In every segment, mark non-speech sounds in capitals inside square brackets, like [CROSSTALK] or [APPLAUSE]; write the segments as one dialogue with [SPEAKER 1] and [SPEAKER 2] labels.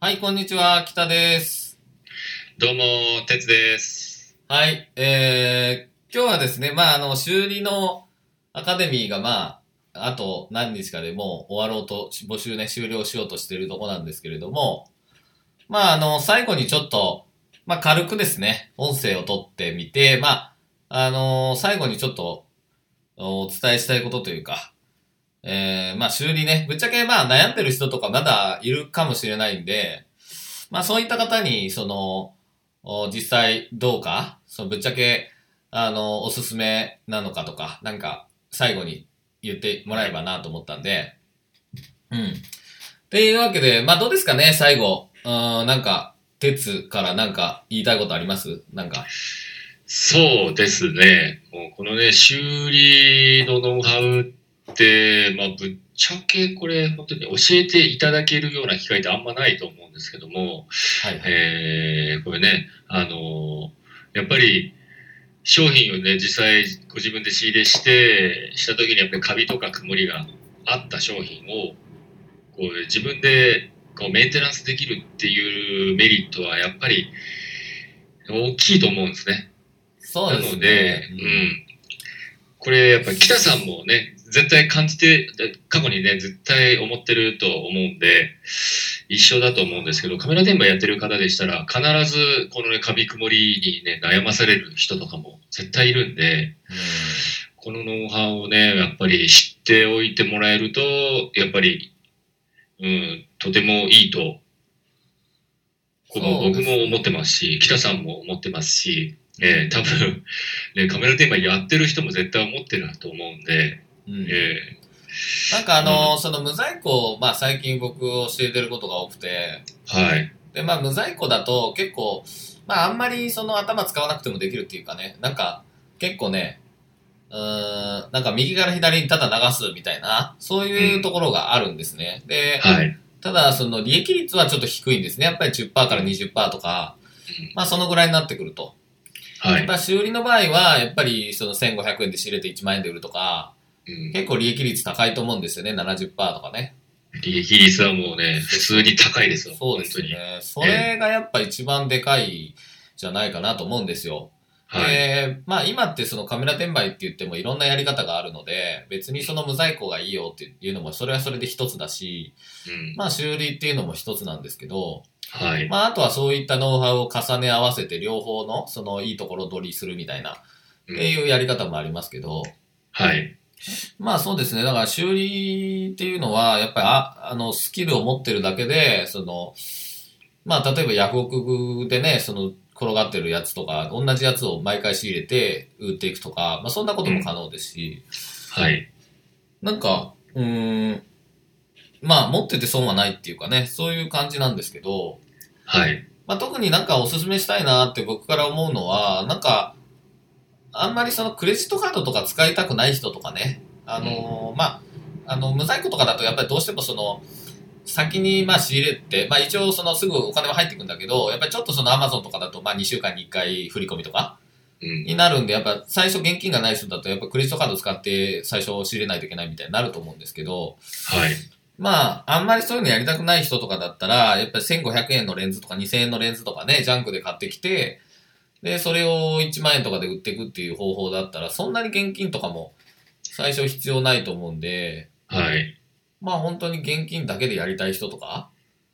[SPEAKER 1] はい、こんにちは、北です。
[SPEAKER 2] どうも、てつです。
[SPEAKER 1] はい、えー、今日はですね、まあ、あの、修理のアカデミーが、まあ、あと何日かでもう終わろうと、し募集ね、終了しようとしているとこなんですけれども、まあ、あの、最後にちょっと、まあ、軽くですね、音声を取ってみて、まあ、あの最後にちょっと、お伝えしたいことというか、えー、まあ、修理ね、ぶっちゃけ、まあ、悩んでる人とかまだいるかもしれないんで、まあ、そういった方に、その、お実際どうか、そのぶっちゃけ、あの、おすすめなのかとか、なんか、最後に言ってもらえばなと思ったんで、うん。っていうわけで、まあ、どうですかね、最後。うーん、なんか、鉄からなんか言いたいことありますなんか。
[SPEAKER 2] そうですね。もうこのね、修理のノウハウって、まあ、ぶっちゃけこれ、本当に教えていただけるような機会ってあんまないと思うんですけども、
[SPEAKER 1] はいはい。
[SPEAKER 2] えーこれね、あのーやっぱり、商品をね、実際ご自分で仕入れして、した時にやっぱりカビとか曇りがあった商品を、こう自分でこうメンテナンスできるっていうメリットはやっぱり大きいと思うんですね。
[SPEAKER 1] そう
[SPEAKER 2] な
[SPEAKER 1] です
[SPEAKER 2] の
[SPEAKER 1] ね
[SPEAKER 2] で、。うん。これやっぱり北さんもね、絶対感じて、過去にね、絶対思ってると思うんで、一緒だと思うんですけど、カメラ店売やってる方でしたら、必ずこのね、カビ曇りにね、悩まされる人とかも絶対いるんで、このノウハウをね、やっぱり知っておいてもらえると、やっぱり、うん、とてもいいと、この
[SPEAKER 1] そうです
[SPEAKER 2] 僕も思ってますし、北さんも思ってますし、えー多分、ね、カメラ店売やってる人も絶対思ってると思うんで、
[SPEAKER 1] うんうん
[SPEAKER 2] え
[SPEAKER 1] なんかあの、その無在庫を、まあ最近僕教えてることが多くて、
[SPEAKER 2] ーはい、
[SPEAKER 1] で、まあ無在庫だと結構、まああんまりその頭使わなくてもできるっていうかね、なんか結構ね、うーん、なんか右から左にただ流すみたいな、そういうところがあるんですね。で、
[SPEAKER 2] はい、
[SPEAKER 1] ただその利益率はちょっと低いんですね。やっぱり10%から20%とか
[SPEAKER 2] うん、
[SPEAKER 1] まあそのぐらいになってくると。
[SPEAKER 2] は
[SPEAKER 1] た
[SPEAKER 2] い。
[SPEAKER 1] だ修理の場合は、やっぱりその1500円で仕入れて1万円で売るとか、
[SPEAKER 2] うん
[SPEAKER 1] 結構利益率高いと思うんですよね、70%とかね。
[SPEAKER 2] 利益率はもうね、普通に高いですよ、
[SPEAKER 1] そうです
[SPEAKER 2] 本
[SPEAKER 1] ね。それがやっぱ一番でかいじゃないかなと思うんですよ。
[SPEAKER 2] 当に。はい、
[SPEAKER 1] で、まあ今ってそのカメラ転売って言ってもいろんなやり方があるので、別にその無在庫がいいよっていうのもそれはそれで一つだし、
[SPEAKER 2] うん、
[SPEAKER 1] まあ修理っていうのも一つなんですけど、
[SPEAKER 2] はい、
[SPEAKER 1] まああとはそういったノウハウを重ね合わせて両方のそのいいところ取りするみたいなっていうやり方もありますけど、
[SPEAKER 2] はい、
[SPEAKER 1] まあそうですね。だから修理っていうのは、やっぱりあ、あの、スキルを持ってるだけで、その、まあ例えばヤフオクでね、その、転がってるやつとか、同じやつを毎回仕入れて売っていくとか、まあそんなことも可能ですし、
[SPEAKER 2] はい、
[SPEAKER 1] なんか、うーん、まあ持ってて損はないっていうかね、そういう感じなんですけど、
[SPEAKER 2] はい、
[SPEAKER 1] まあ、特になんかおすすめしたいなって僕から思うのは、なんか、あんまりそのクレジットカードとか使いたくない人とかね、あのーまあ、あの、無在庫とかだとやっぱりどうしてもその、先にまあ仕入れて、まあ一応そのすぐお金は入ってくんだけど、やっぱりちょっとそのアマゾンとかだとまあ2週間に1回振り込みとか
[SPEAKER 2] うん、
[SPEAKER 1] になるんで、やっぱ最初現金がない人だとやっぱクレジットカード使って最初仕入れないといけないみたいになると思うんですけど、
[SPEAKER 2] はい、
[SPEAKER 1] まあ、あんまりそういうのやりたくない人とかだったら、やっぱり1500円のレンズとか2000円のレンズとかね、ジャンクで買ってきて、で、それを1万円とかで売っていくっていう方法だったら、そんなに現金とかも最初必要ないと思うんで、
[SPEAKER 2] はい、
[SPEAKER 1] まあ本当に現金だけでやりたい人とか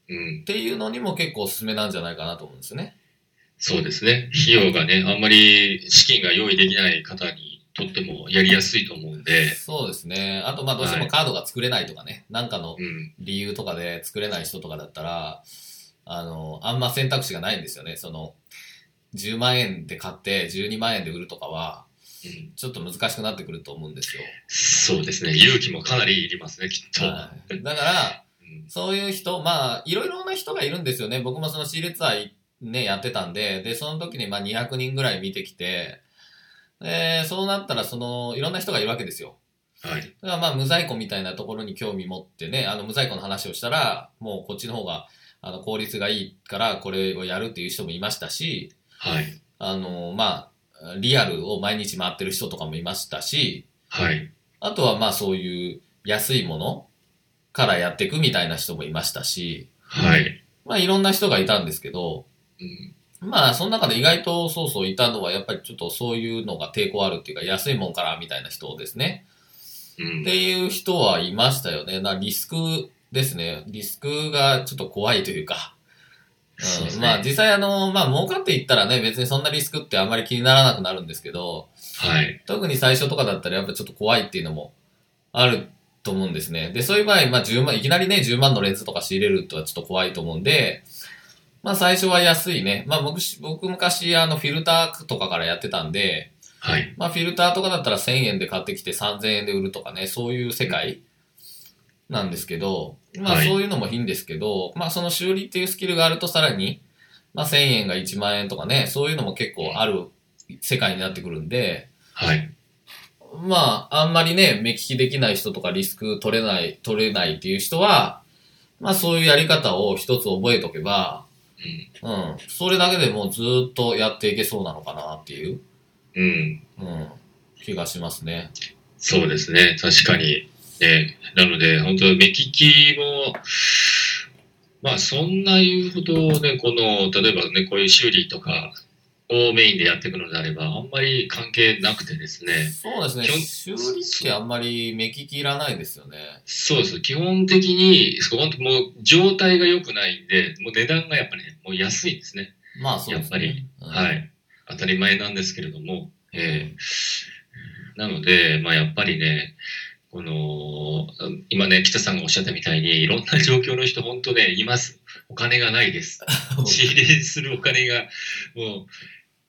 [SPEAKER 2] うん。
[SPEAKER 1] っていうのにも結構おすすめなんじゃないかなと思うんですね。
[SPEAKER 2] そうですね。費用がね、あんまり資金が用意できない方にとってもやりやすいと思うんで、
[SPEAKER 1] そうですね。あとまあどうしてもカードが作れないとかね、なんかの
[SPEAKER 2] うん、
[SPEAKER 1] 理由とかで作れない人とかだったら、あの、あんま選択肢がないんですよね。その、10万円で買って12万円で売るとかは、
[SPEAKER 2] うん、
[SPEAKER 1] ちょっと難しくなってくると思うんですよ。
[SPEAKER 2] そうですね。勇気もかなりいりますね、きっと。
[SPEAKER 1] はいだから、
[SPEAKER 2] うん
[SPEAKER 1] そういう人、まあ、いろいろな人がいるんですよね。僕もその仕入れツアーね、やってたんで、で、その時にまあ200人ぐらい見てきて、で、そうなったら、その、いろんな人がいるわけですよ。
[SPEAKER 2] はい、
[SPEAKER 1] だからまあ無在庫みたいなところに興味持ってね、あの無在庫の話をしたら、もうこっちの方があの効率がいいからこれをやるっていう人もいましたし、
[SPEAKER 2] はい、
[SPEAKER 1] あの、まあ、リアルを毎日回ってる人とかもいましたし、
[SPEAKER 2] はい、
[SPEAKER 1] あとはまあそういう安いものからやっていくみたいな人もいましたし、
[SPEAKER 2] はい、
[SPEAKER 1] まあいろんな人がいたんですけど、
[SPEAKER 2] うん。
[SPEAKER 1] まあその中で意外とそうそういたのはやっぱりちょっとそういうのが抵抗あるっていうか安いもんからみたいな人ですね。
[SPEAKER 2] うん
[SPEAKER 1] っ。ていう人はいましたよね。なリスクですね。リスクがちょっと怖いというか。
[SPEAKER 2] そうです
[SPEAKER 1] うん、
[SPEAKER 2] ね
[SPEAKER 1] まあ実際あの、まあ儲かっていったらね、別にそんなリスクってあんまり気にならなくなるんですけど、
[SPEAKER 2] はい。
[SPEAKER 1] 特に最初とかだったらやっぱちょっと怖いっていうのもあると思うんですね。で、そういう場合、まあ10万、いきなりね、10万のレンズとか仕入れるとはちょっと怖いと思うんで、まあ最初は安いね。まあ僕し、僕昔あのフィルターとかからやってたんで、
[SPEAKER 2] はい。
[SPEAKER 1] まあ、フィルターとかだったら1000円で買ってきて3000円で売るとかね、そういう世界なんですけど、まあ、
[SPEAKER 2] はい
[SPEAKER 1] そういうのもいいんですけど、まあ、その修理っていうスキルがあるとさらに、まあ、1000円が1万円とかね、そういうのも結構ある世界になってくるんで、
[SPEAKER 2] はい。
[SPEAKER 1] まあ、あんまりね、目利きできない人とかリスク取れない、取れないっていう人は、まあ、そういうやり方を一つ覚えとけば、うん、それだけでもうずーっとやっていけそうなのかなっていう、
[SPEAKER 2] うん。うん。
[SPEAKER 1] うん、気がしますね。
[SPEAKER 2] そうですね、確かに。ね、なので、本当、目利きも、まあ、そんな言うほどね、この、例えばね、こういう修理とかをメインでやっていくのであれば、あんまり関係なくてですね、
[SPEAKER 1] そうですね。
[SPEAKER 2] 基本
[SPEAKER 1] 修理ってあんまり目利きいらないですよね。
[SPEAKER 2] そうです、基本的に、そう本当、もう状態が良くないんで、もう値段がやっぱりね、もう安いんですね。
[SPEAKER 1] まあそうですね。
[SPEAKER 2] は
[SPEAKER 1] うん。、
[SPEAKER 2] い、当たり前なんですけれども、えーなので、まあ、やっぱりね、この今ね、北さんがおっしゃったみたいに、いろんな状況の人、本当ね、います、お金がないです、仕入れするお金が、も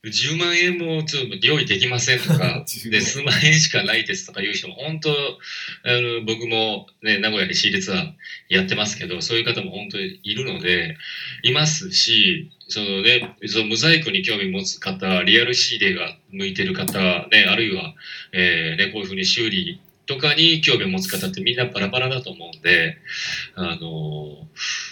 [SPEAKER 2] う10万円もちょっと用意できませんとか
[SPEAKER 1] 10万
[SPEAKER 2] で数万円しかないですとかいう人も、本当、あの僕も、ね、名古屋で仕入れツアーやってますけど、そういう方も本当にいるので、いますし、そのね、そのモザイクに興味持つ方、リアル仕入れが向いてる方、ね、あるいは、えーね、こういうふうに修理とかに興味を持つ方ってみんなバラバラだと思うんで、あのー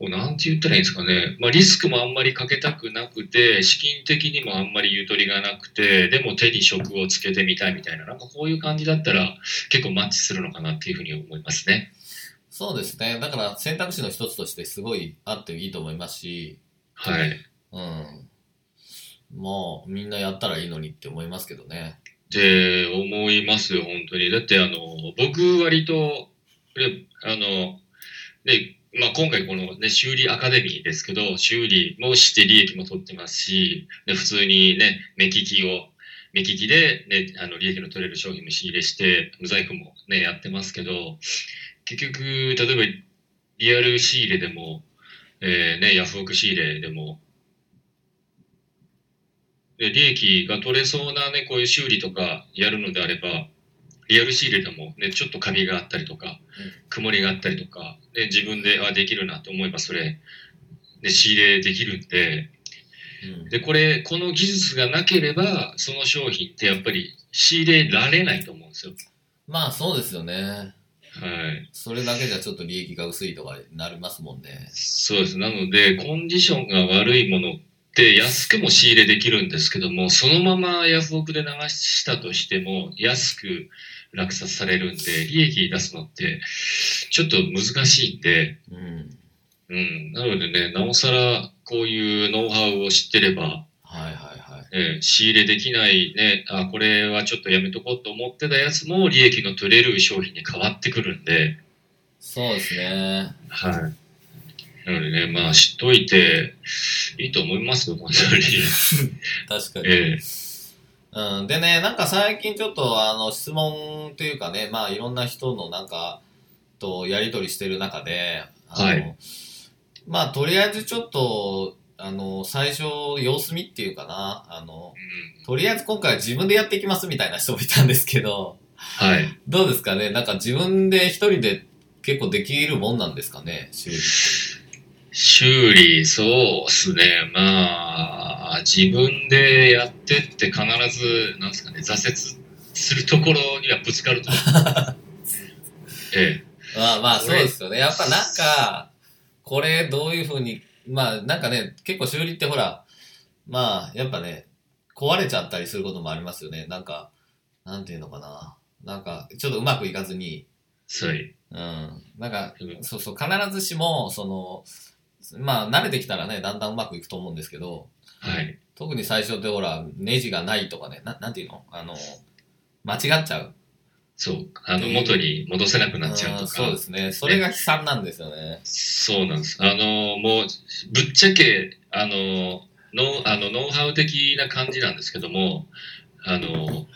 [SPEAKER 2] なんて言ったらいいんですかね、まあ、リスクもあんまりかけたくなくて、資金的にもあんまりゆとりがなくて、でも手に職をつけてみたいみたいな、なんかこういう感じだったら結構マッチするのかなっていうふうに思いますね。
[SPEAKER 1] そうですね。だから選択肢の一つとしてすごいあっていいと思いますし、
[SPEAKER 2] はい。
[SPEAKER 1] うん。もうみんなやったらいいのにって思いますけどね。
[SPEAKER 2] で、思いますよ、本当に。だって、あの、僕割と、であの、で、まあ、今回このね、修理アカデミーですけど、修理もして利益も取ってますし、で、普通にね、目利きを、目利きで、ね、あの、利益の取れる商品も仕入れして、無在庫もね、やってますけど、結局、例えば、リアル仕入れでも、えーね、ヤフオク仕入れでも、で利益が取れそうなね、こういう修理とかやるのであれば、リアル仕入れでもね、ちょっとカビがあったりとか
[SPEAKER 1] うん、
[SPEAKER 2] 曇りがあったりとか、で自分であできるなと思えばそれ、で仕入れできるんで、
[SPEAKER 1] うん。
[SPEAKER 2] で、これ、この技術がなければ、その商品ってやっぱり仕入れられないと思うんですよ。
[SPEAKER 1] まあそうですよね。
[SPEAKER 2] はい。
[SPEAKER 1] それだけじゃちょっと利益が薄いとかになりますもんね。
[SPEAKER 2] そうです。なので、コンディションが悪いものって安くも仕入れできるんですけども、そのままヤフオクで流したとしても、安く落札されるんで、利益出すのって、ちょっと難しいんで、
[SPEAKER 1] うん。
[SPEAKER 2] うん。なのでね、なおさら、こういうノウハウを知ってれば、
[SPEAKER 1] はいはいはい。
[SPEAKER 2] えー仕入れできないね、あ、これはちょっとやめとこうと思ってたやつも、利益の取れる商品に変わってくるんで、
[SPEAKER 1] そうですね。
[SPEAKER 2] はい。なのでね、まあ、知っといて、いいと思いますよ、本当に。
[SPEAKER 1] 確かに。
[SPEAKER 2] ええ
[SPEAKER 1] うん、でね、なんか最近ちょっとあの質問というかね、まあいろんな人のなんかとやり取りしてる中で、あの
[SPEAKER 2] はい
[SPEAKER 1] まあとりあえずちょっと、あの、最初様子見っていうかな、あの、とりあえず今回は自分でやっていきますみたいな人もいたんですけど、
[SPEAKER 2] はい。
[SPEAKER 1] どうですかねなんか自分で一人で結構できるもんなんですかね修理
[SPEAKER 2] 修理、そうですね。まあ、自分でやってって必ず、なんですかね、挫折するところにはぶつかると
[SPEAKER 1] [LAUGHS]
[SPEAKER 2] 思う。え
[SPEAKER 1] まあまあそうですよね。やっぱなんか、これどういうふうに、まあなんかね、結構修理ってほら、まあやっぱね、壊れちゃったりすることもありますよね。なんか、なんていうのかな。なんか、ちょっとうまくいかずに、
[SPEAKER 2] え。はい。
[SPEAKER 1] うん。なんか、
[SPEAKER 2] うん
[SPEAKER 1] そうそう、必ずしも、その、まあ、慣れてきたらね、だんだんうまくいくと思うんですけど、
[SPEAKER 2] はい。
[SPEAKER 1] 特に最初ってほら、ネジがないとかね、ななんていうのあの、間違っちゃう。
[SPEAKER 2] そう。あの、元に戻せなくなっちゃうと
[SPEAKER 1] ん
[SPEAKER 2] か。
[SPEAKER 1] そうですね。それが悲惨なんですよね。 [LAUGHS]
[SPEAKER 2] そうなんです。あの、もう、ぶっちゃけ、あの、ノウあのノウハウ的な感じなんですけども、あの、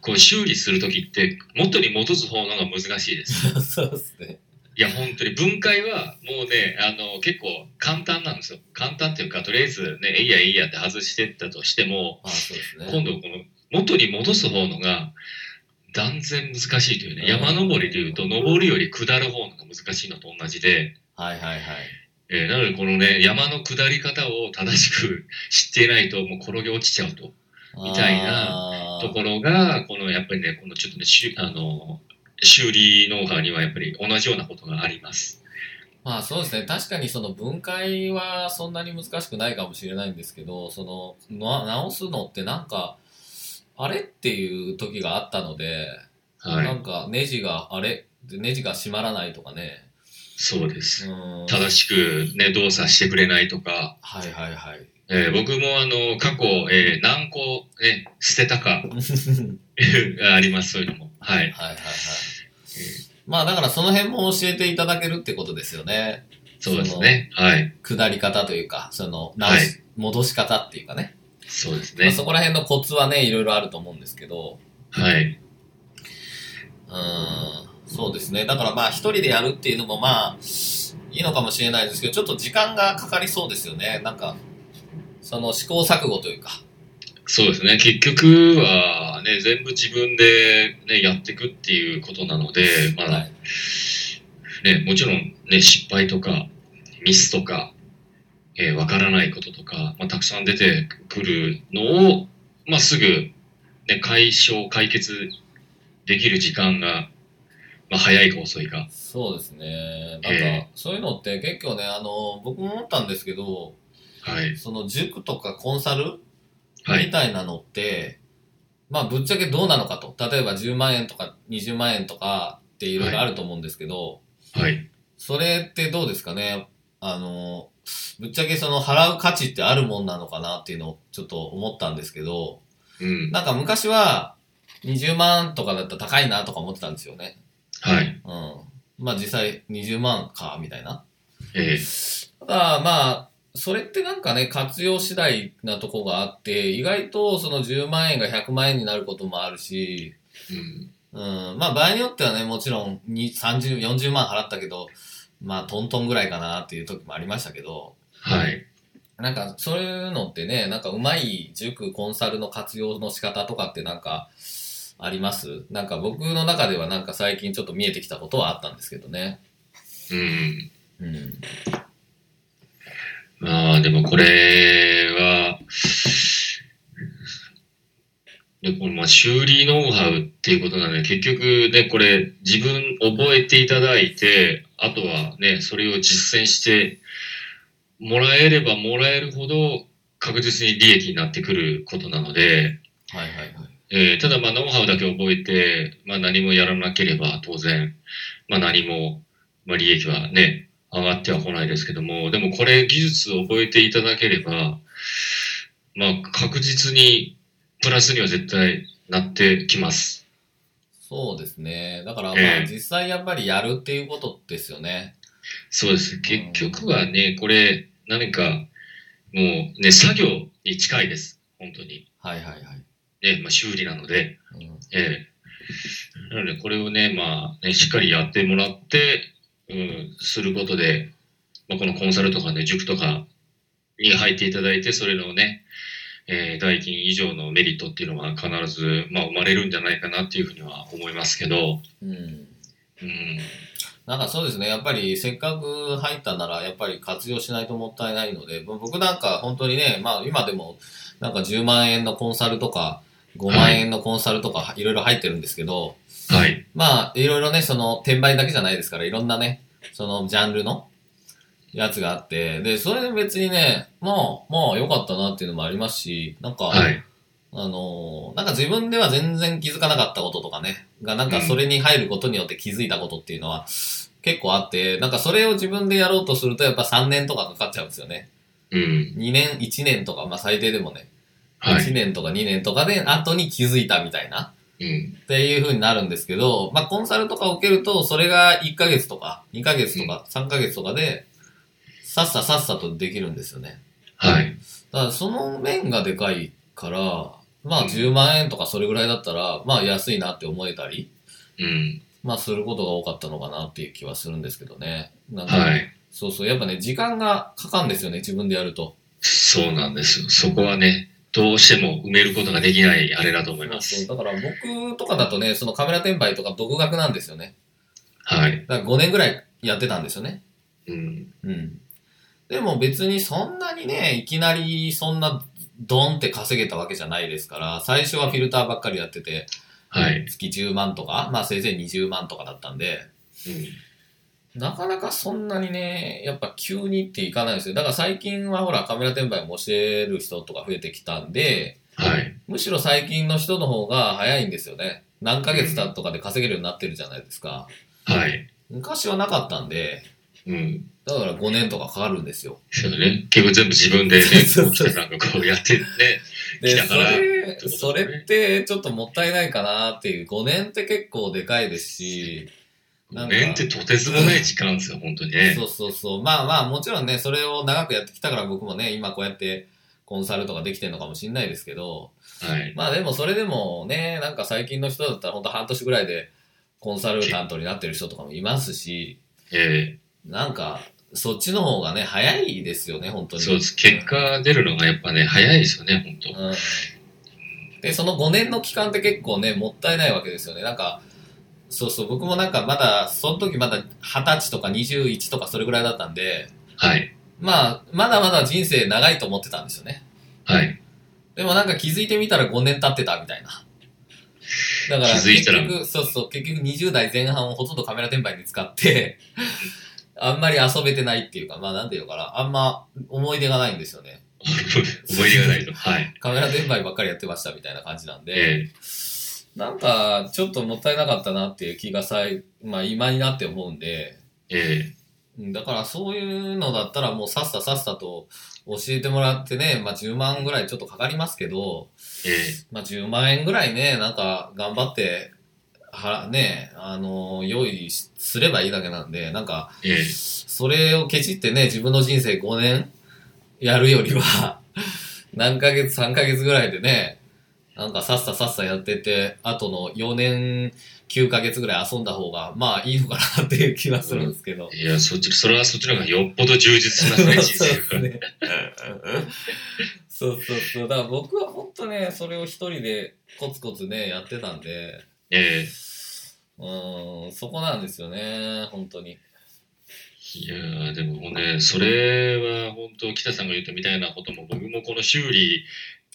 [SPEAKER 2] こう修理するときって、元に戻す方のが難しいです。
[SPEAKER 1] そうですね。
[SPEAKER 2] いや、本当に、分解は、もうね、あの、結構簡単なんですよ。簡単っていうか、とりあえず、ね、えいやえいやって外してったとしても、
[SPEAKER 1] あそうですね。
[SPEAKER 2] 今度、この、元に戻す方のが、断然難しいというね、山登りでいうと、登るより下る方のが難しいのと同じで、
[SPEAKER 1] はいはいはい。
[SPEAKER 2] えーなのでこのね、山の下り方を正し
[SPEAKER 1] [LAUGHS]
[SPEAKER 2] く知っていないと、もう転げ落ちちゃうと。みたいな
[SPEAKER 1] あー
[SPEAKER 2] ところが、このやっぱりね、このちょっとね、しゅあの、修理ノウハウにはやっぱり同じようなことがあります。
[SPEAKER 1] まあそうですね。確かにその分解はそんなに難しくないかもしれないんですけど、その、な直すのってなんか、あれっていう時があったので、
[SPEAKER 2] は。
[SPEAKER 1] ないんかネジがあれネジが閉まらないとかね。
[SPEAKER 2] そうです。
[SPEAKER 1] うん。
[SPEAKER 2] 正しくね、動作してくれないとか、
[SPEAKER 1] はいはいはい。
[SPEAKER 2] えー僕もあの、過去、えー何個、ね、捨てた
[SPEAKER 1] [LAUGHS]
[SPEAKER 2] か、 [LAUGHS] があります、そういうのも。はい。
[SPEAKER 1] はいはいはい。まあだからその辺も教えていただけるってことですよね。
[SPEAKER 2] そうですね。はい。
[SPEAKER 1] 下り方というか、その直し、戻し方っていうかね。
[SPEAKER 2] そうです
[SPEAKER 1] まあ
[SPEAKER 2] ね。
[SPEAKER 1] そこら辺のコツはね、いろいろあると思うんですけど、
[SPEAKER 2] はい。
[SPEAKER 1] うん、そうですね。だからまあ一人でやるっていうのもまあ、いいのかもしれないですけど、ちょっと時間がかかりそうですよね。なんか、その試行錯誤というか。
[SPEAKER 2] そうですね。結局は、ね、全部自分で、ね、やっていくっていうことなので、まあ、
[SPEAKER 1] はい。
[SPEAKER 2] ね、もちろん、ね、失敗とか、ミスとか、えーわからないこととか、まあ、たくさん出てくるのを、まあ、すぐ、ね、解消、解決できる時間が、まあ、早いか遅いか。
[SPEAKER 1] そうですね。なん
[SPEAKER 2] え
[SPEAKER 1] か、そういうのって結構ね、あの、僕も思ったんですけど、
[SPEAKER 2] はい。
[SPEAKER 1] その塾とかコンサル
[SPEAKER 2] は
[SPEAKER 1] み
[SPEAKER 2] い。
[SPEAKER 1] たいなのって、まあぶっちゃけどうなのかと。例えば10万円とか20万円とかっていろいろあると思うんですけど、
[SPEAKER 2] はい。
[SPEAKER 1] それってどうですかねあの、ぶっちゃけその払う価値ってあるもんなのかなっていうのをちょっと思ったんですけど、
[SPEAKER 2] うん。
[SPEAKER 1] なんか昔は20万とかだったら高いなとか思ってたんですよね。
[SPEAKER 2] はい。
[SPEAKER 1] うん。まあ実際20万か、みたいな。
[SPEAKER 2] え
[SPEAKER 1] ただまあ、それってなんかね、活用次第なとこがあって、意外とその10万円が100万円になることもあるし、
[SPEAKER 2] ーうん。
[SPEAKER 1] うん、まあ場合によってはね、もちろんに30、40万払ったけど、まあトントンぐらいかなっていう時もありましたけど、
[SPEAKER 2] はい。
[SPEAKER 1] なんかそういうのってね、なんかうまい塾、コンサルの活用の仕方とかってなんかありますなんか僕の中ではなんか最近ちょっと見えてきたことはあったんですけどね。
[SPEAKER 2] うん。
[SPEAKER 1] うん。
[SPEAKER 2] まあ、でもこれは、でこのまあ修理ノウハウっていうことなので、結局ね、これ自分覚えていただいて、あとはね、それを実践してもらえればもらえるほど確実に利益になってくることなので、
[SPEAKER 1] はいはいはい。
[SPEAKER 2] えーただまあノウハウだけ覚えて、まあ何もやらなければ当然、まあ何も、まあ利益はね、上がってはこないですけども、でもこれ技術を覚えていただければ、まあ確実にプラスには絶対なってきます。
[SPEAKER 1] そうですね。だからま
[SPEAKER 2] え
[SPEAKER 1] あ
[SPEAKER 2] え
[SPEAKER 1] 実際やっぱりやるっていうことですよね。
[SPEAKER 2] そうです。結局はね、これ何か、もうね、作業に近いです。本当に。
[SPEAKER 1] はいはいはい。
[SPEAKER 2] ね、まあ修理なので。
[SPEAKER 1] うん
[SPEAKER 2] ええ。なので、これをね、まあ、ね、しっかりやってもらって、うん、することで、まあ、このコンサルとかね、塾とかに入っていただいて、それのね、えー代金以上のメリットっていうのは必ず、まあ、生まれるんじゃないかなっていうふうには思いますけど、
[SPEAKER 1] うん
[SPEAKER 2] うん、
[SPEAKER 1] なんかそうですね、やっぱりせっかく入ったなら、やっぱり活用しないともったいないので、ぼ僕なんか本当にね、まあ今でもなんか10万円のコンサルとか、5万円のコンサルとかいろいろ入ってるんですけど、
[SPEAKER 2] はい、
[SPEAKER 1] まあいろいろね、その転売だけじゃないですから、いろんなね、そのジャンルのやつがあって、で、それで別にね、まあ、まあ良かったなっていうのもありますし、なんか、
[SPEAKER 2] はい、
[SPEAKER 1] あのーなんか自分では全然気づかなかったこととかね、がなんかそれに入ることによって気づいたことっていうのは、結構あって、なんかそれを自分でやろうとするとやっぱ3年とかかかっちゃうんですよね。
[SPEAKER 2] うん。
[SPEAKER 1] 2年、1年とか、まあ最低でもね、
[SPEAKER 2] は
[SPEAKER 1] 1
[SPEAKER 2] い。
[SPEAKER 1] 年とか2年とかで後に気づいたみたいな、
[SPEAKER 2] うん。
[SPEAKER 1] っていう風になるんですけど、まあコンサルとか受けると、それが1ヶ月とか、2ヶ月とか、3ヶ月とかで、さっささっさとできるんですよね。
[SPEAKER 2] はい。
[SPEAKER 1] だからその面がでかいから、まあ10万円とかそれぐらいだったら、まあ安いなって思えたり、
[SPEAKER 2] うん。
[SPEAKER 1] まあすることが多かったのかなっていう気はするんですけどね。なんか
[SPEAKER 2] はい。
[SPEAKER 1] そうそう。やっぱね、時間がかかるんですよね、自分でやると。
[SPEAKER 2] そうなんですよ。そこはね、どうしても埋めることができないあれだと思いま
[SPEAKER 1] そう
[SPEAKER 2] す。
[SPEAKER 1] だから僕とかだとね、そのカメラ転売とか独学なんですよね。
[SPEAKER 2] はい。
[SPEAKER 1] だから5年ぐらいやってたんですよね。
[SPEAKER 2] うん。
[SPEAKER 1] うん。でも別にそんなにね、いきなりそんなドンって稼げたわけじゃないですから、最初はフィルターばっかりやってて、
[SPEAKER 2] はい。
[SPEAKER 1] 月10万とか、まあせいぜい20万とかだったんで、なかなかそんなにね、やっぱ急にっていかないですよ。だから最近はほらカメラ転売もしてる人とか増えてきたんで、
[SPEAKER 2] うん。はい。
[SPEAKER 1] むしろ最近の人の方が早いんですよね。何ヶ月経とかで稼げるようになってるじゃないですか。
[SPEAKER 2] はい。
[SPEAKER 1] 昔はなかったんで、
[SPEAKER 2] うん。
[SPEAKER 1] だから5年とかかかるんですよ。
[SPEAKER 2] そうね。結構全部自分でね、
[SPEAKER 1] [LAUGHS] そう
[SPEAKER 2] こう
[SPEAKER 1] そうそう
[SPEAKER 2] なんかこうやってね。
[SPEAKER 1] で、
[SPEAKER 2] 来た
[SPEAKER 1] そ
[SPEAKER 2] から
[SPEAKER 1] れ、
[SPEAKER 2] てことです
[SPEAKER 1] そ
[SPEAKER 2] ね
[SPEAKER 1] れってちょっともったいないかなっていう、5年って結構でかいですし、なんか
[SPEAKER 2] 面ってとてつもない時間ですよ、本当にね。
[SPEAKER 1] そうそうそう。まあまあ、もちろんね、それを長くやってきたから僕もね、今こうやってコンサルとかできてるのかもしれないですけど、
[SPEAKER 2] はい。
[SPEAKER 1] まあでもそれでもね、なんか最近の人だったらほんと半年ぐらいでコンサルタントになってる人とかもいますし、
[SPEAKER 2] え
[SPEAKER 1] なんか、そっちの方がね、早いですよね、本当
[SPEAKER 2] え
[SPEAKER 1] に。
[SPEAKER 2] そうです。結果出るのがやっぱね、早いですよね、本当。
[SPEAKER 1] うんで、その5年の期間って結構ね、もったいないわけですよね。なんか、そうそう、僕もなんかまだ、その時まだ20歳とか21とかそれぐらいだったんで、
[SPEAKER 2] はい。
[SPEAKER 1] まあ、まだまだ人生長いと思ってたんですよね。
[SPEAKER 2] はい。 [LAUGHS]
[SPEAKER 1] でもなんか気づいてみたら5年経ってたみたいな。だから、
[SPEAKER 2] 気づい
[SPEAKER 1] 結
[SPEAKER 2] たら
[SPEAKER 1] 局、そうそう、結局20代前半をほとんどカメラ転売に使って、 [LAUGHS] あんまり遊べてないっていうか、まあなんていうのかな、あんま思い出がないんですよね。
[SPEAKER 2] 思い出がな
[SPEAKER 1] [LAUGHS]
[SPEAKER 2] いと。はい。
[SPEAKER 1] カメラ転売ばっかりやってましたみたいな感じなんで。
[SPEAKER 2] え
[SPEAKER 1] なんか、ちょっともったいなかったなっていう気がさい、まあ今になって思うんで、
[SPEAKER 2] ええ
[SPEAKER 1] うんだからそういうのだったらもうさっささっさと教えてもらってね、まあ10万ぐらいちょっとかかりますけど、
[SPEAKER 2] ええ
[SPEAKER 1] まあ10万円ぐらいね、なんか頑張って、は、ね、あの、用意しすればいいだけなんで、なんか、
[SPEAKER 2] ええ
[SPEAKER 1] それをケチってね、自分の人生5年やるよりは、 [LAUGHS] 何ヶ月、3ヶ月ぐらいでね、なんかさっささっさやってて、あとの4年9ヶ月ぐらい遊んだ方が、まあいいのかなっていう気はするんですけど。
[SPEAKER 2] いや、そっち、それはそっちの方がよっぽど充実しますね、人
[SPEAKER 1] [LAUGHS] そう
[SPEAKER 2] 生
[SPEAKER 1] です
[SPEAKER 2] が。
[SPEAKER 1] ね。そうそうそう。だから僕は本当ね、それを一人でコツコツね、やってたんで、
[SPEAKER 2] え
[SPEAKER 1] うーん、そこなんですよね、本当に。
[SPEAKER 2] えいやーでもね、それは本当、北さんが言ったみたいなことも、僕もこの修理、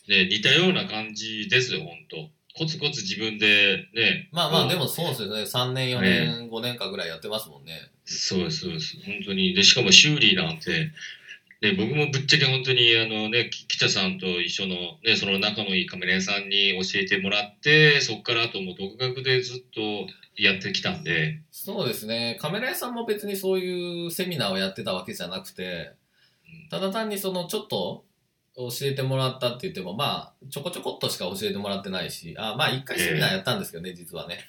[SPEAKER 2] ね、似たような感じですよ、本当。コツコツ自分で、ね。
[SPEAKER 1] まあま
[SPEAKER 2] う
[SPEAKER 1] あ、
[SPEAKER 2] ん
[SPEAKER 1] でもそうですよね。3年、4年、5年間ぐらいやってますもんね。
[SPEAKER 2] そうです、そうです。本当に。で、しかも修理なんて、で、僕もぶっちゃけ本当に、あのね、き北さんと一緒の、ね、その仲のいいカメラ屋さんに教えてもらって、そこからあともう独学でずっとやってきたんで、
[SPEAKER 1] そうですね。カメラ屋さんも別にそういうセミナーをやってたわけじゃなくて、ただ単にそのちょっと教えてもらったって言っても、まあ、ちょこちょこっとしか教えてもらってないし、あまあ、一回セミナーやったんですけどね、実はね。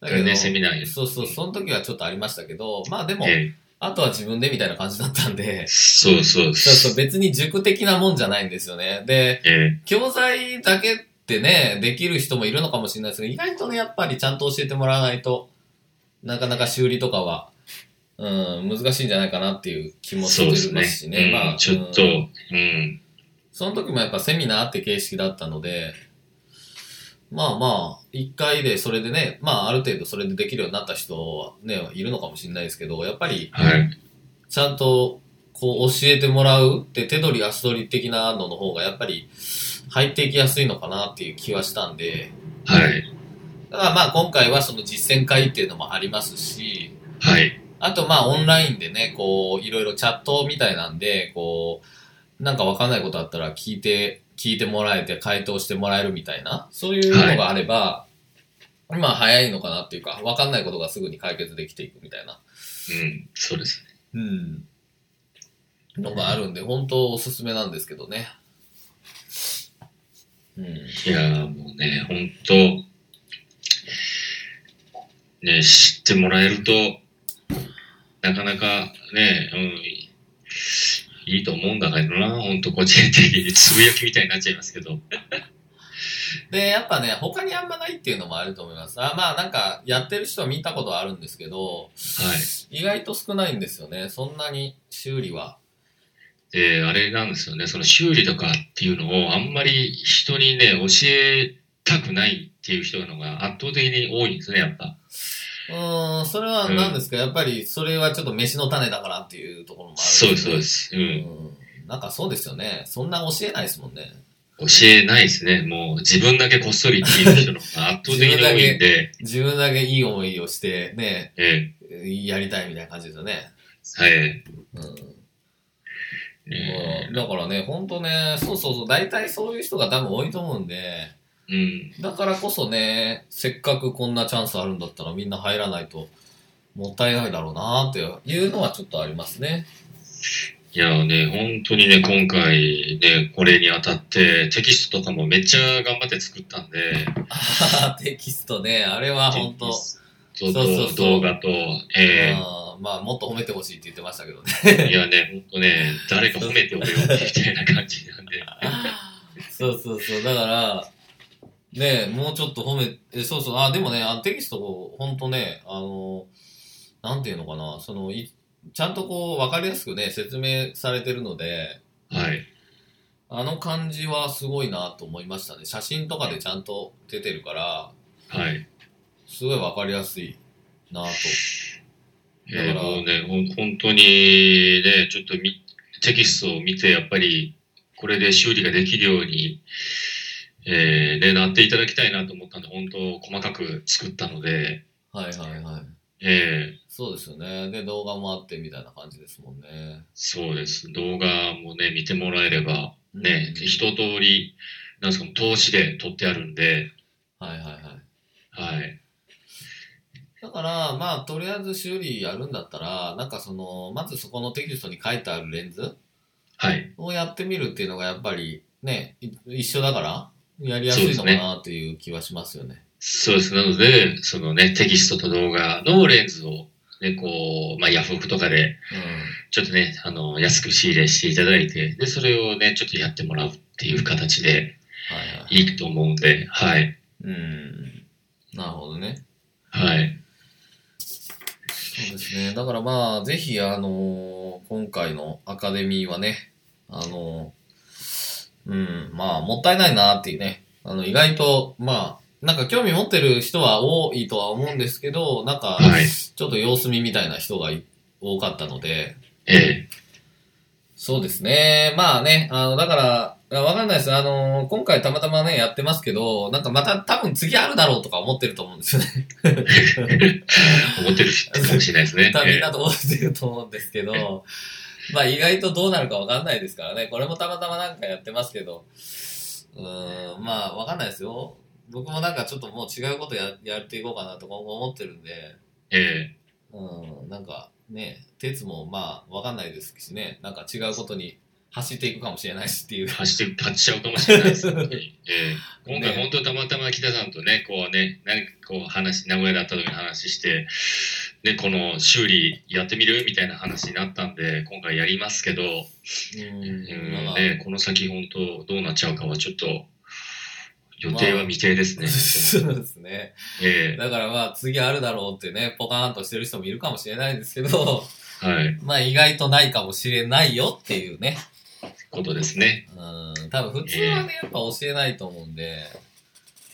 [SPEAKER 1] だけど、
[SPEAKER 2] ね、セミナーに。
[SPEAKER 1] そうそう、その時はちょっとありましたけど、まあでも、
[SPEAKER 2] ええ
[SPEAKER 1] あとは自分でみたいな感じだったんで、
[SPEAKER 2] そうそう。
[SPEAKER 1] そうそう、別に塾的なもんじゃないんですよね。で、
[SPEAKER 2] え
[SPEAKER 1] 教材だけってね、できる人もいるのかもしれないですけど、意外とね、やっぱりちゃんと教えてもらわないとなかなか修理とかは、うん、難しいんじゃないかなっていう気
[SPEAKER 2] え
[SPEAKER 1] もす
[SPEAKER 2] そう
[SPEAKER 1] る
[SPEAKER 2] ですね
[SPEAKER 1] ますしね。
[SPEAKER 2] うん
[SPEAKER 1] まあ、
[SPEAKER 2] ちょっと、
[SPEAKER 1] う
[SPEAKER 2] うんん。
[SPEAKER 1] その時もやっぱセミナーって形式だったので、まあまあ、一回でそれでね、まあある程度それでできるようになった人はね、いるのかもしれないですけど、やっぱり
[SPEAKER 2] はい。
[SPEAKER 1] ちゃんとこう教えてもらうって手取り足取り的なのの方がやっぱり入っていきやすいのかなっていう気はしたんで、
[SPEAKER 2] はい。
[SPEAKER 1] だからまあ今回はその実践会っていうのもありますし、
[SPEAKER 2] はい。
[SPEAKER 1] あとまあオンラインでね、こういろいろチャットみたいなんで、こうなんかわかんないことあったら聞いて、聞いてもらえて回答してもらえるみたいな、そういうのがあれば、まあ早いのかなっていうか、わかんないことがすぐに解決できていくみたいな
[SPEAKER 2] うん、そうです。
[SPEAKER 1] うん。のがあるんで、本当おすすめなんですけどね。うん。
[SPEAKER 2] いやーもうね、ほんと、ね、知ってもらえると、なかなかね、うん、いいと思うんだけどな、ほんと個人的につぶやきみたいになっちゃいますけど。
[SPEAKER 1] で、やっぱね、他にあんまないっていうのもあると思います。あまあなんか、やってる人は見たことはあるんですけど、
[SPEAKER 2] はい。
[SPEAKER 1] 意外と少ないんですよね。そんなに修理は。
[SPEAKER 2] で、あれなんですよね、その修理とかっていうのをあんまり人にね、教えたくないっていう人のが圧倒的に多いんですね、やっぱ。
[SPEAKER 1] うーん、それは何ですか、やっぱりそれはちょっと飯の種だからっていうところもある、。
[SPEAKER 2] そうです、そうですす。う。
[SPEAKER 1] うんん。なんかそうですよね。そんな教えないですもんね。
[SPEAKER 2] 教えないですね。もう自分だけこっそりっていう人の方が
[SPEAKER 1] [LAUGHS]
[SPEAKER 2] 圧倒的に多いんで、
[SPEAKER 1] 自分だけいい思いをして、ね、
[SPEAKER 2] え
[SPEAKER 1] やりたいみたいな感じですよね。
[SPEAKER 2] え、はい。
[SPEAKER 1] うん。
[SPEAKER 2] え
[SPEAKER 1] だからね、ほんとね、そうそうそう、大体そういう人が多分多いと思うんで、
[SPEAKER 2] えうん。
[SPEAKER 1] だからこそね、せっかくこんなチャンスあるんだったらみんな入らないともったいないだろうなっていうのはちょっとありますね。
[SPEAKER 2] いやね、本当にね、今回ね、これにあたってテキストとかもめっちゃ頑張って作ったんで、
[SPEAKER 1] [LAUGHS] テキストね、あれは本当
[SPEAKER 2] テキ
[SPEAKER 1] う
[SPEAKER 2] スト
[SPEAKER 1] そうそうそう
[SPEAKER 2] と動画と、ええ
[SPEAKER 1] んまあもっと褒めてほしいって言ってましたけど
[SPEAKER 2] [LAUGHS]
[SPEAKER 1] ね。
[SPEAKER 2] いやね、ほんとね、誰か褒めておれよみたいな感じなんで。
[SPEAKER 1] そうそうそう、だから、ねもうちょっと褒め、えそうそう、あ、でもね、あのテキストを本当ね、あの、なんていうのかな、そのい、ちゃんとこう分かりやすくね、説明されてるので、
[SPEAKER 2] はい。
[SPEAKER 1] あの感じはすごいなと思いましたね。写真とかでちゃんと出てるから、
[SPEAKER 2] はい。
[SPEAKER 1] すごいわかりやすいなと。
[SPEAKER 2] え
[SPEAKER 1] だから
[SPEAKER 2] ーもうね、ほん本当にね、ちょっとみテキストを見て、やっぱり、これで修理ができるように、えーね、なっていただきたいなと思ったんで、本当、細かく作ったので、
[SPEAKER 1] はいはいはい。
[SPEAKER 2] えー
[SPEAKER 1] そうですよね。で、動画もあってみたいな感じですもんね。
[SPEAKER 2] そうです。動画もね、見てもらえれば、ね、
[SPEAKER 1] うん
[SPEAKER 2] 一通り、なんですか、投資で撮ってあるんで、
[SPEAKER 1] はいはいはい。
[SPEAKER 2] はい。
[SPEAKER 1] だから、まあ、とりあえず修理やるんだったら、なんかその、まずそこのテキストに書いてあるレンズ
[SPEAKER 2] はい。
[SPEAKER 1] をやってみるっていうのがやっぱりね、い一緒だから、やりやすいのかなっていう気はしますよね。
[SPEAKER 2] そうです。なので、そのね、テキストと動画のレンズを、ね、こう、まあ、ヤフオクとかで、ちょっとね、あの、安く仕入れしていただいて、で、それをね、ちょっとやってもらうっていう形で
[SPEAKER 1] うん。はいはい。
[SPEAKER 2] いいと思うんで、はい。
[SPEAKER 1] うん。なるほどね。
[SPEAKER 2] はい。
[SPEAKER 1] そうですね。だからまあ、ぜひ、あのー今回のアカデミーはね、あのーうん、まあ、もったいないなっていうね。あの、意外と、まあ、なんか興味持ってる人は多いとは思うんですけど、なんか、
[SPEAKER 2] はい。
[SPEAKER 1] ちょっと様子見みたいな人がい多かったので、
[SPEAKER 2] え
[SPEAKER 1] そうですね。まあね、あの、だから、わかんないです。あのー今回たまたまね、やってますけど、なんかまた多分次あるだろうとか思ってると思うんですよね。
[SPEAKER 2] え思ってる人かもしれないですね。
[SPEAKER 1] 多 [LAUGHS] 分みん
[SPEAKER 2] え
[SPEAKER 1] なと思ってると思うんですけど、まあ意外とどうなるかわかんないですからね。これもたまたまなんかやってますけど、うーん、まあわかんないですよ。僕もなんかちょっともう違うことややっていこうかなと今後思ってるんで、
[SPEAKER 2] ええ
[SPEAKER 1] うん、なんかね、鉄もまあわかんないですしね、なんか違うことに走っていくかもしれないしっていう
[SPEAKER 2] え。走って、立っちゃうかもしれないです。
[SPEAKER 1] ね [LAUGHS]
[SPEAKER 2] 本当にええ今回
[SPEAKER 1] ね
[SPEAKER 2] 本当たまたま北さんとね、こうね、何かこう話、名古屋で会った時に話して、ね、この修理やってみるみたいな話になったんで、今回やりますけど、
[SPEAKER 1] うん
[SPEAKER 2] うん
[SPEAKER 1] なんか
[SPEAKER 2] ね、この先本当どうなっちゃうかはちょっと予定は未定で
[SPEAKER 1] [LAUGHS]
[SPEAKER 2] すね。
[SPEAKER 1] そうですね。
[SPEAKER 2] え
[SPEAKER 1] だからまあ次あるだろうってね、ポカーンとしてる人もいるかもしれないですけど、
[SPEAKER 2] えはい、
[SPEAKER 1] まあ意外とないかもしれないよっていうね。
[SPEAKER 2] ことですね。
[SPEAKER 1] うん。多分普通はね、やっぱ教えないと思うんで。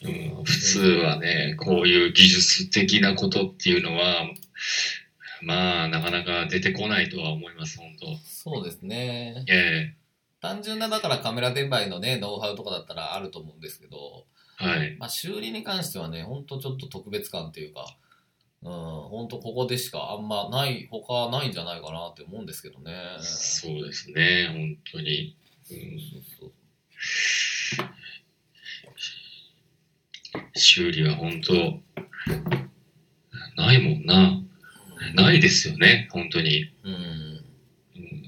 [SPEAKER 2] うん、普通はね、こういう技術的なことっていうのは、まあ、なかなか出てこないとは思います、本当。
[SPEAKER 1] そうですね。
[SPEAKER 2] え
[SPEAKER 1] 単純なだからカメラ転売のね、ノウハウとかだったらあると思うんですけど、
[SPEAKER 2] えはい、
[SPEAKER 1] まあ修理に関してはね、ほんとちょっと特別感というか、うん、ほんとここでしかあんまない、他ないんじゃないかなって思うんですけどね。
[SPEAKER 2] そうですね、本当に。うん
[SPEAKER 1] そうそう
[SPEAKER 2] 修理は本当、ないもんな。
[SPEAKER 1] そう
[SPEAKER 2] ないですよね、本当に。
[SPEAKER 1] うん。
[SPEAKER 2] うん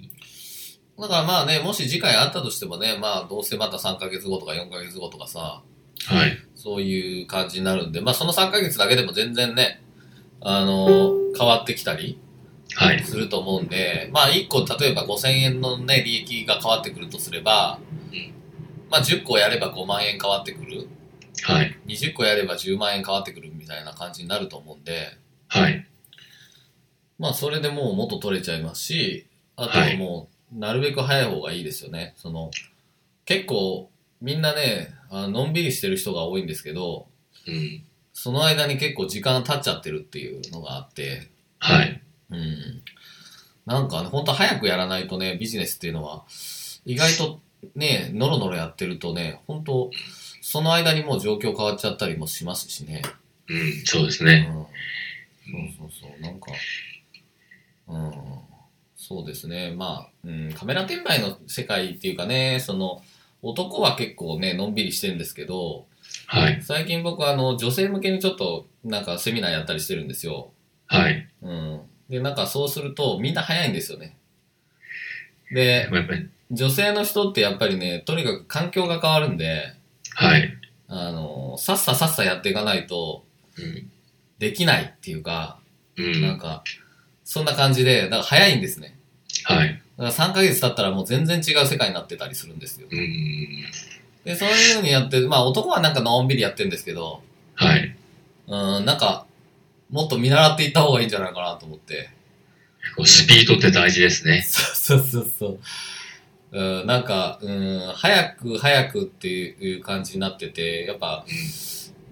[SPEAKER 1] だからまあね、もし次回あったとしてもね、まあどうせまた3ヶ月後とか4ヶ月後とかさ、
[SPEAKER 2] はい。
[SPEAKER 1] そういう感じになるんで、まあその3ヶ月だけでも全然ね、あの、変わってきたり
[SPEAKER 2] はい。
[SPEAKER 1] すると思うんで、まあ1個例えば5000円のね、利益が変わってくるとすれば
[SPEAKER 2] うん、
[SPEAKER 1] まあ10個やれば5万円変わってくる、
[SPEAKER 2] はい。
[SPEAKER 1] 20個やれば10万円変わってくるみたいな感じになると思うんで、
[SPEAKER 2] はい。
[SPEAKER 1] まあそれでもう元取れちゃいますし、あと
[SPEAKER 2] は
[SPEAKER 1] はいもうなるべく早い方がいいですよね。その結構みんなね、あののんびりしてる人が多いんですけど、
[SPEAKER 2] うん。
[SPEAKER 1] その間に結構時間経っちゃってるっていうのがあって、
[SPEAKER 2] はい。
[SPEAKER 1] うん。なんかね、ほんと早くやらないとね、ビジネスっていうのは、意外とね、ノロノロやってるとね、本当その間にもう状況変わっちゃったりもしますしね。
[SPEAKER 2] うん、そうです
[SPEAKER 1] うん
[SPEAKER 2] ね。。
[SPEAKER 1] そうそうそう、なんか、うん、そうですね、まあ、うん、カメラ転売の世界っていうかね、その、男は結構ね、のんびりしてるんですけど、
[SPEAKER 2] はい。
[SPEAKER 1] 最近僕はあの、女性向けにちょっと、なんかセミナーやったりしてるんですよ。
[SPEAKER 2] はい。
[SPEAKER 1] うん。で、なんかそうすると、みんな早いんですよね。で、
[SPEAKER 2] やっぱり、
[SPEAKER 1] 女性の人ってやっぱりね、とにかく環境が変わるんで、
[SPEAKER 2] はい。
[SPEAKER 1] あの、さっささっさやっていかないと、
[SPEAKER 2] うん。
[SPEAKER 1] できないっていうか、
[SPEAKER 2] う
[SPEAKER 1] なん
[SPEAKER 2] ん。
[SPEAKER 1] か、そんな感じで、だから早いんですね。
[SPEAKER 2] はい。
[SPEAKER 1] だから3ヶ月経ったらもう全然違う世界になってたりするんですよ。
[SPEAKER 2] うん。
[SPEAKER 1] で、そういう風にやって、まあ男はなんかのんびりやってるんですけど、
[SPEAKER 2] はい。
[SPEAKER 1] うん、なんか、もっと見習っていった方がいいんじゃないかなと思って。
[SPEAKER 2] こうスピードって大事ですね。
[SPEAKER 1] そうそうそうそう。うん、なんか、うん、早く早くっていう感じになってて、やっぱ、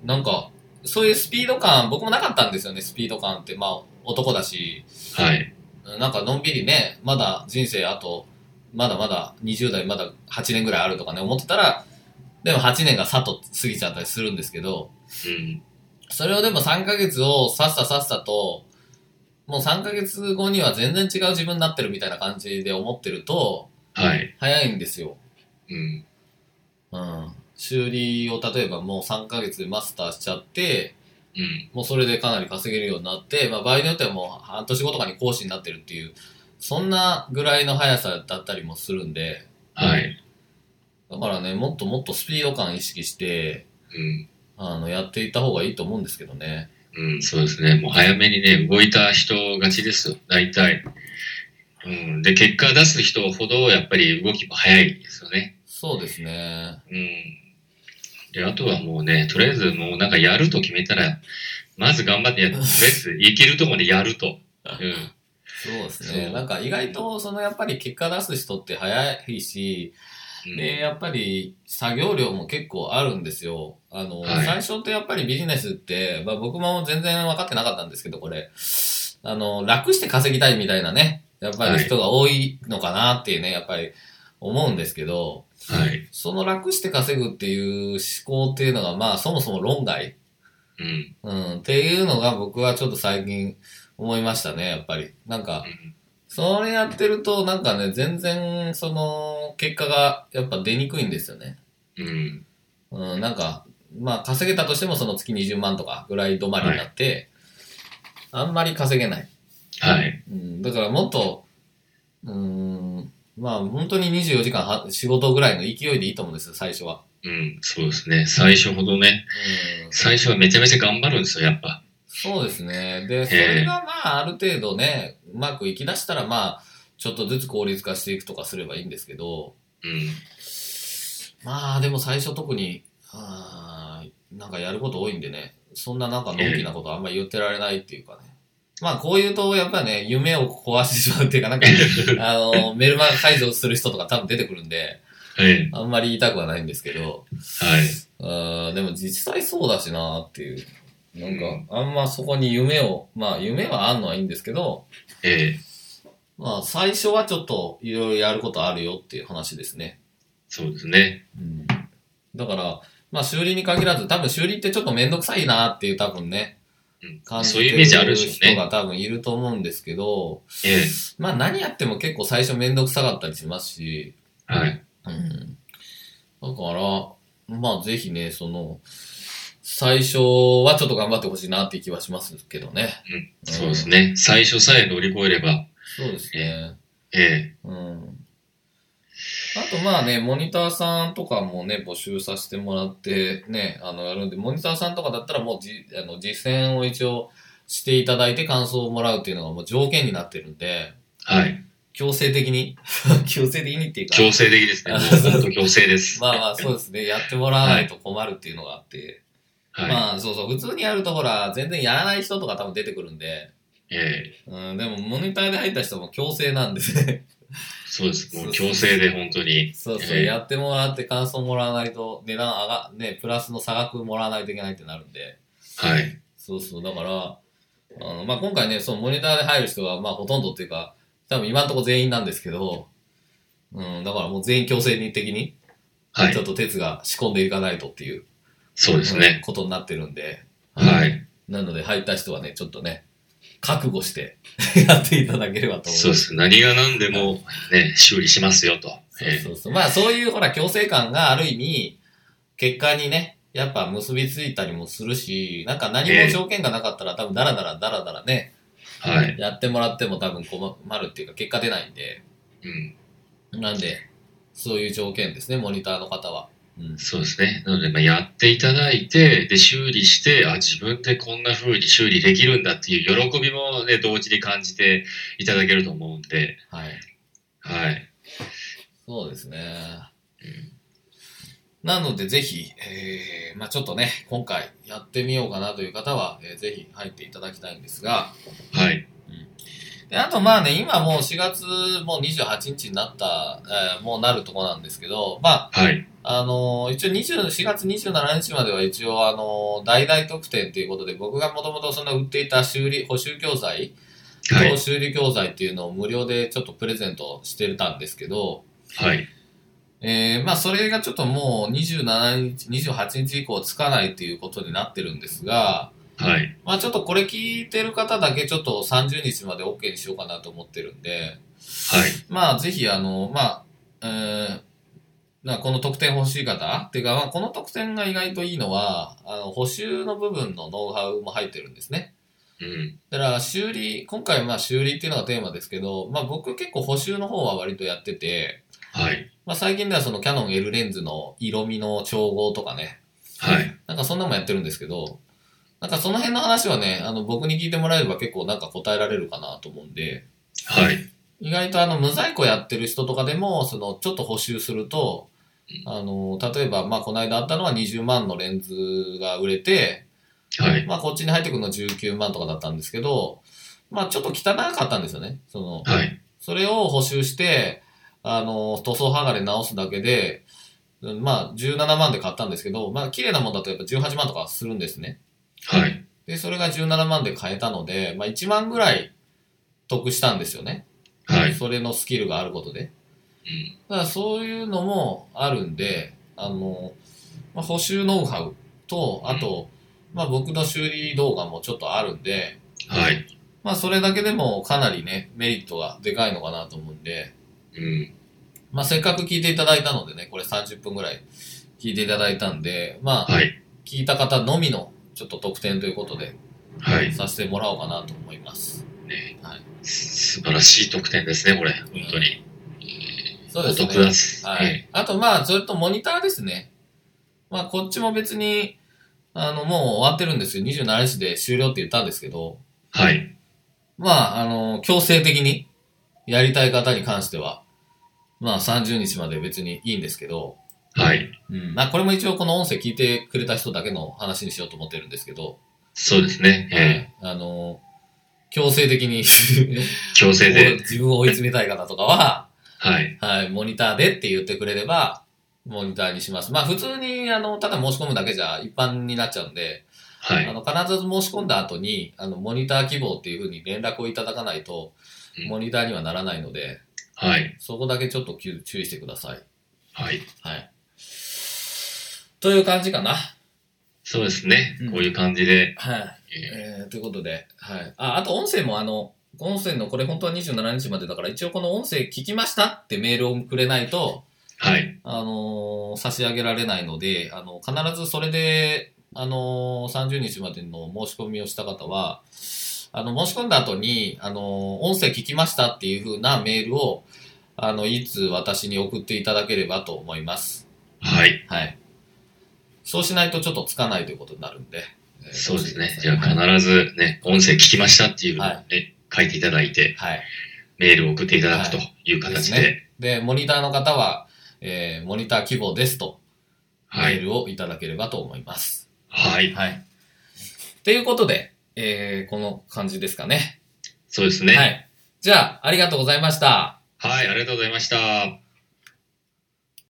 [SPEAKER 1] なんか、そういうスピード感、僕もなかったんですよね、スピード感って。まあ、男だし、
[SPEAKER 2] はい。
[SPEAKER 1] なんかのんびりね、まだ人生あと、まだまだ20代まだ8年ぐらいあるとかね、思ってたら、でも8年がさっと過ぎちゃったりするんですけど、
[SPEAKER 2] うん。
[SPEAKER 1] それをでも3ヶ月をさっささっさと、もう3ヶ月後には全然違う自分になってるみたいな感じで思ってると、
[SPEAKER 2] はい。
[SPEAKER 1] 早いんですよ。
[SPEAKER 2] うん。
[SPEAKER 1] うん。修理を例えばもう3ヶ月でマスターしちゃって、
[SPEAKER 2] うん。
[SPEAKER 1] もうそれでかなり稼げるようになって、まあ、場合によってはもう半年後とかに講師になってるっていう、そんなぐらいの速さだったりもするんで、
[SPEAKER 2] はい。
[SPEAKER 1] だからね、もっともっとスピード感意識して、
[SPEAKER 2] うん。
[SPEAKER 1] あの、やっていった方がいいと思うんですけどね。
[SPEAKER 2] うん、そうですね。もう早めにね、動いた人勝ちですよ。大体。うん。で、結果出す人ほど、やっぱり動きも早いですよね。
[SPEAKER 1] そうですね。
[SPEAKER 2] うん。で、あとはもうね、とりあえずもうなんかやると決めたら、まず頑張ってやる。とりあえず、行けるところでやると。うん。
[SPEAKER 1] そうですね。
[SPEAKER 2] そう
[SPEAKER 1] なんか意外と、そのやっぱり結果出す人って早いし、
[SPEAKER 2] うん
[SPEAKER 1] で、やっぱり作業量も結構あるんですよ。あの、
[SPEAKER 2] はい
[SPEAKER 1] 最初ってやっぱりビジネスって、まあ僕も全然分かってなかったんですけど、これ、あの、楽して稼ぎたいみたいなね、やっぱり人が多いのかなっていうね、やっぱり思うんですけど、
[SPEAKER 2] はい。
[SPEAKER 1] その楽して稼ぐっていう思考っていうのが、まあそもそも論外、
[SPEAKER 2] うん。
[SPEAKER 1] うん、っていうのが僕はちょっと最近思いましたね、やっぱり。なんか、それやってると、なんかね、全然、その、結果がやっぱ出にくいんですよね。
[SPEAKER 2] うん。うん。
[SPEAKER 1] うん、なんか、まあ稼げたとしてもその月20万とかぐらい止まりになって、あんまり稼げない。
[SPEAKER 2] はい。
[SPEAKER 1] うん、だからもっと、うん、まあ本当に24時間は仕事ぐらいの勢いでいいと思うんですよ、最初は。
[SPEAKER 2] うん。そうですね。最初ほどね、
[SPEAKER 1] うん、
[SPEAKER 2] 最初はめちゃめちゃ頑張るんですよ、やっぱ。
[SPEAKER 1] そうですね。で、それがまあある程度ね、うまくいきだしたらまあ、ちょっとずつ効率化していくとかすればいいんですけど、
[SPEAKER 2] うん。
[SPEAKER 1] まあでも最初特に、あーなんかやること多いんでね、そんななんかのんきなことあんまり言ってられないっていうかね。まあこういうと、やっぱね、夢を壊してしまうっていうか、なん [LAUGHS] か、あの、メルマガ解除する人とか多分出てくるんで、
[SPEAKER 2] はい。
[SPEAKER 1] あんまり言いたくはないんですけど、
[SPEAKER 2] はい。
[SPEAKER 1] うんでも実際そうだしなっていう。なんか、あんまそこに夢を、まあ夢はあんのはいいんですけど、
[SPEAKER 2] ええ
[SPEAKER 1] まあ最初はちょっといろいろやることあるよっていう話ですね。
[SPEAKER 2] そうですね。
[SPEAKER 1] うんだから、まあ修理に限らず、多分修理ってちょっとめんどくさいなっていう多分ね、
[SPEAKER 2] うん
[SPEAKER 1] 感じ
[SPEAKER 2] そう
[SPEAKER 1] て
[SPEAKER 2] いうイメージある
[SPEAKER 1] る
[SPEAKER 2] でしょう
[SPEAKER 1] 人
[SPEAKER 2] ね。
[SPEAKER 1] が多分いると思うんですけど、
[SPEAKER 2] ええ
[SPEAKER 1] まあ何やっても結構最初めんどくさかったりしますし、
[SPEAKER 2] はい。
[SPEAKER 1] うん。だから、まあぜひね、その、最初はちょっと頑張ってほしいなっていう気はしますけどね。ん
[SPEAKER 2] そうですね。最初さえ乗り越えれば、
[SPEAKER 1] そうですね。
[SPEAKER 2] ええ
[SPEAKER 1] うん。あとまあね、モニターさんとかもね、募集させてもらってね、あの、やるんで、モニターさんとかだったらもうじ、あの、実践を一応していただいて感想をもらうっていうのがもう条件になってるんで、
[SPEAKER 2] はい。
[SPEAKER 1] 強制的に、 [LAUGHS] 強制的にっていうか、
[SPEAKER 2] 強制的ですね。もう本当強制です。
[SPEAKER 1] まあまあそうですね、やってもらわないと困るっていうのがあって、
[SPEAKER 2] はい。
[SPEAKER 1] まあそうそう、普通にやるとほら、全然やらない人とか多分出てくるんで、
[SPEAKER 2] ええ
[SPEAKER 1] うん、でもモニターで入った人も強制なんですね。
[SPEAKER 2] そうです。もう強制で本当に。
[SPEAKER 1] そうそう、
[SPEAKER 2] ええ
[SPEAKER 1] やってもらって感想もらわないと値段上が、ね、プラスの差額もらわないといけないってなるんで、
[SPEAKER 2] はい。
[SPEAKER 1] そうそう、だから、あの、まあ、今回ね、そのモニターで入る人が、まあ、ほとんどっていうか、多分今んとこ全員なんですけど、うん、だからもう全員強制的に、
[SPEAKER 2] は
[SPEAKER 1] ちょ
[SPEAKER 2] い
[SPEAKER 1] っ。と鉄が仕込んでいかないとっていう、
[SPEAKER 2] そうですね。
[SPEAKER 1] ことになってるんで、
[SPEAKER 2] はい。
[SPEAKER 1] なので入った人はね、ちょっとね、覚悟して [LAUGHS] やっていただければと思います
[SPEAKER 2] そうです。何が何でも、ね、修理しますよと。
[SPEAKER 1] そう
[SPEAKER 2] ええ
[SPEAKER 1] そうそう。まあそういうほら強制感がある意味、結果にね、やっぱ結びついたりもするし、なんか何も条件がなかったら多分ダラダラダラダラね、
[SPEAKER 2] はい。
[SPEAKER 1] やってもらっても多分困るっていうか結果出ないんで、
[SPEAKER 2] うん。
[SPEAKER 1] なんで、そういう条件ですね、モニターの方は。うん。
[SPEAKER 2] そうですね。なので、まあ、やっていただいて、で、修理して、あ、自分でこんな風に修理できるんだっていう喜びもね、同時に感じていただけると思うんで、
[SPEAKER 1] はい。
[SPEAKER 2] はい。
[SPEAKER 1] そうですね。なので、ぜひ、えー、まあちょっとね、今回やってみようかなという方は、えーぜひ入っていただきたいんですが、
[SPEAKER 2] はい。
[SPEAKER 1] で、あとまあね、今もう4月もう28日になった、えーもうなるとこなんですけど、まあ、
[SPEAKER 2] はい。
[SPEAKER 1] あのー一応20、4月27日までは一応あのー、大々特典ということで、僕がもともとその売っていた修理、補修教材、
[SPEAKER 2] は
[SPEAKER 1] と
[SPEAKER 2] い。
[SPEAKER 1] 修理教材っていうのを無料でちょっとプレゼントしてたんですけど、
[SPEAKER 2] はい。
[SPEAKER 1] えー、まあそれがちょっともう27日、28日以降つかないっていうことになってるんですが、
[SPEAKER 2] はい。
[SPEAKER 1] まあちょっとこれ聞いてる方だけちょっと30日まで OK にしようかなと思ってるんで、
[SPEAKER 2] はい。
[SPEAKER 1] まあ、ぜひ、あの、まあ、えーなこの特典欲しい方っていうか、まあ、この特典が意外といいのは、あの、補修の部分のノウハウも入ってるんですね。
[SPEAKER 2] うん。
[SPEAKER 1] だから、修理、今回、まあ、修理っていうのがテーマですけど、まあ、僕結構補修の方は割とやってて、
[SPEAKER 2] はい。
[SPEAKER 1] まあ、最近ではそのキャノン L レンズの色味の調合とかね、
[SPEAKER 2] はい。
[SPEAKER 1] なんかそんなのもやってるんですけど、なんかその辺の話はね、あの、僕に聞いてもらえれば結構なんか答えられるかなと思うんで、
[SPEAKER 2] はい。
[SPEAKER 1] 意外とあの無在庫やってる人とかでもそのちょっと補修するとあの例えばまあこの間あったのは20万のレンズが売れて、
[SPEAKER 2] はい。
[SPEAKER 1] まあ、こっちに入ってくるの19万とかだったんですけど、まあ、ちょっと汚かったんですよねその
[SPEAKER 2] はい。
[SPEAKER 1] それを補修してあの塗装剥がれ直すだけで、まあ、17万で買ったんですけど、まあ綺麗なもんだとやっぱ18万とかするんですね。
[SPEAKER 2] はい。
[SPEAKER 1] で、それが17万で買えたので、まあ1万ぐらい得したんですよね。
[SPEAKER 2] はい
[SPEAKER 1] それのスキルがあることで。
[SPEAKER 2] うん。
[SPEAKER 1] だからそういうのもあるんで、あの、まあ、補修ノウハウと、あと、まあ僕の修理動画もちょっとあるんで、
[SPEAKER 2] はい。
[SPEAKER 1] まあそれだけでもかなりね、メリットがでかいのかなと思うんで、
[SPEAKER 2] うん。
[SPEAKER 1] まあせっかく聞いていただいたのでね、これ30分ぐらい聞いていただいたんで、まあ
[SPEAKER 2] はい。
[SPEAKER 1] 聞いた方のみのちょっと特典ということで、
[SPEAKER 2] はい。
[SPEAKER 1] させてもらおうかなと思います。
[SPEAKER 2] ね
[SPEAKER 1] はい、
[SPEAKER 2] 素晴らしい得点ですね、これ。本当に。
[SPEAKER 1] そう
[SPEAKER 2] お
[SPEAKER 1] です
[SPEAKER 2] 得で
[SPEAKER 1] ね。
[SPEAKER 2] す。
[SPEAKER 1] はい。あと、まあ、それとモニターですね。まあ、こっちも別に、あの、もう終わってるんですよ。27日で終了って言ったんですけど、
[SPEAKER 2] はい。
[SPEAKER 1] まあ、あの、強制的にやりたい方に関しては、まあ、30日まで別にいいんですけど、
[SPEAKER 2] はい。
[SPEAKER 1] うん。まあ、これも一応この音声聞いてくれた人だけの話にしようと思ってるんですけど、
[SPEAKER 2] そうですね。ええ
[SPEAKER 1] あの、強制的に
[SPEAKER 2] 強制で。
[SPEAKER 1] [LAUGHS] 自分を追い詰めたい方とかは、
[SPEAKER 2] はい。
[SPEAKER 1] はい、モニターでって言ってくれれば、モニターにします。まあ普通に、あの、ただ申し込むだけじゃ一般になっちゃうんで、
[SPEAKER 2] は
[SPEAKER 1] あ
[SPEAKER 2] い。
[SPEAKER 1] の、必ず申し込んだ後に、あの、モニター希望っていうふうに連絡をいただかないと
[SPEAKER 2] う、ん
[SPEAKER 1] モニターにはならないので、
[SPEAKER 2] はい。
[SPEAKER 1] そこだけちょっと注注意してください。
[SPEAKER 2] はい。
[SPEAKER 1] はい。という感じかな。
[SPEAKER 2] そうですね
[SPEAKER 1] うん。
[SPEAKER 2] こういう感じで。
[SPEAKER 1] はい。
[SPEAKER 2] ええ
[SPEAKER 1] えー、ということで、はい。あ、あと音声もあの、音声のこれ本当は27日までだから、一応この音声聞きましたってメールをくれないと、
[SPEAKER 2] はい。
[SPEAKER 1] あのー差し上げられないので、あの、必ずそれで、あのー、30日までの申し込みをした方は、あの、申し込んだ後に、あのー、音声聞きましたっていう風なメールを、あの、いつ私に送っていただければと思います。
[SPEAKER 2] はい。
[SPEAKER 1] はい。そうしないとちょっとつかないということになるんで。えー
[SPEAKER 2] そうですね。じ
[SPEAKER 1] ご
[SPEAKER 2] ゃ
[SPEAKER 1] 注意く
[SPEAKER 2] あ
[SPEAKER 1] ださい
[SPEAKER 2] 必ずね、音声聞きましたっていうのをね、
[SPEAKER 1] は
[SPEAKER 2] 書いていただいて、
[SPEAKER 1] はい。
[SPEAKER 2] メールを送っていただくという形で、
[SPEAKER 1] はいで、モニターの方は、えーモニター希望ですと、
[SPEAKER 2] は
[SPEAKER 1] メ
[SPEAKER 2] い。
[SPEAKER 1] ールをいただければと思います。
[SPEAKER 2] はい。
[SPEAKER 1] はい。ということで、えーこの感じですかね。
[SPEAKER 2] そうですね。
[SPEAKER 1] はい。じゃあ、ありがとうございました。
[SPEAKER 2] はい、ありがとうございました。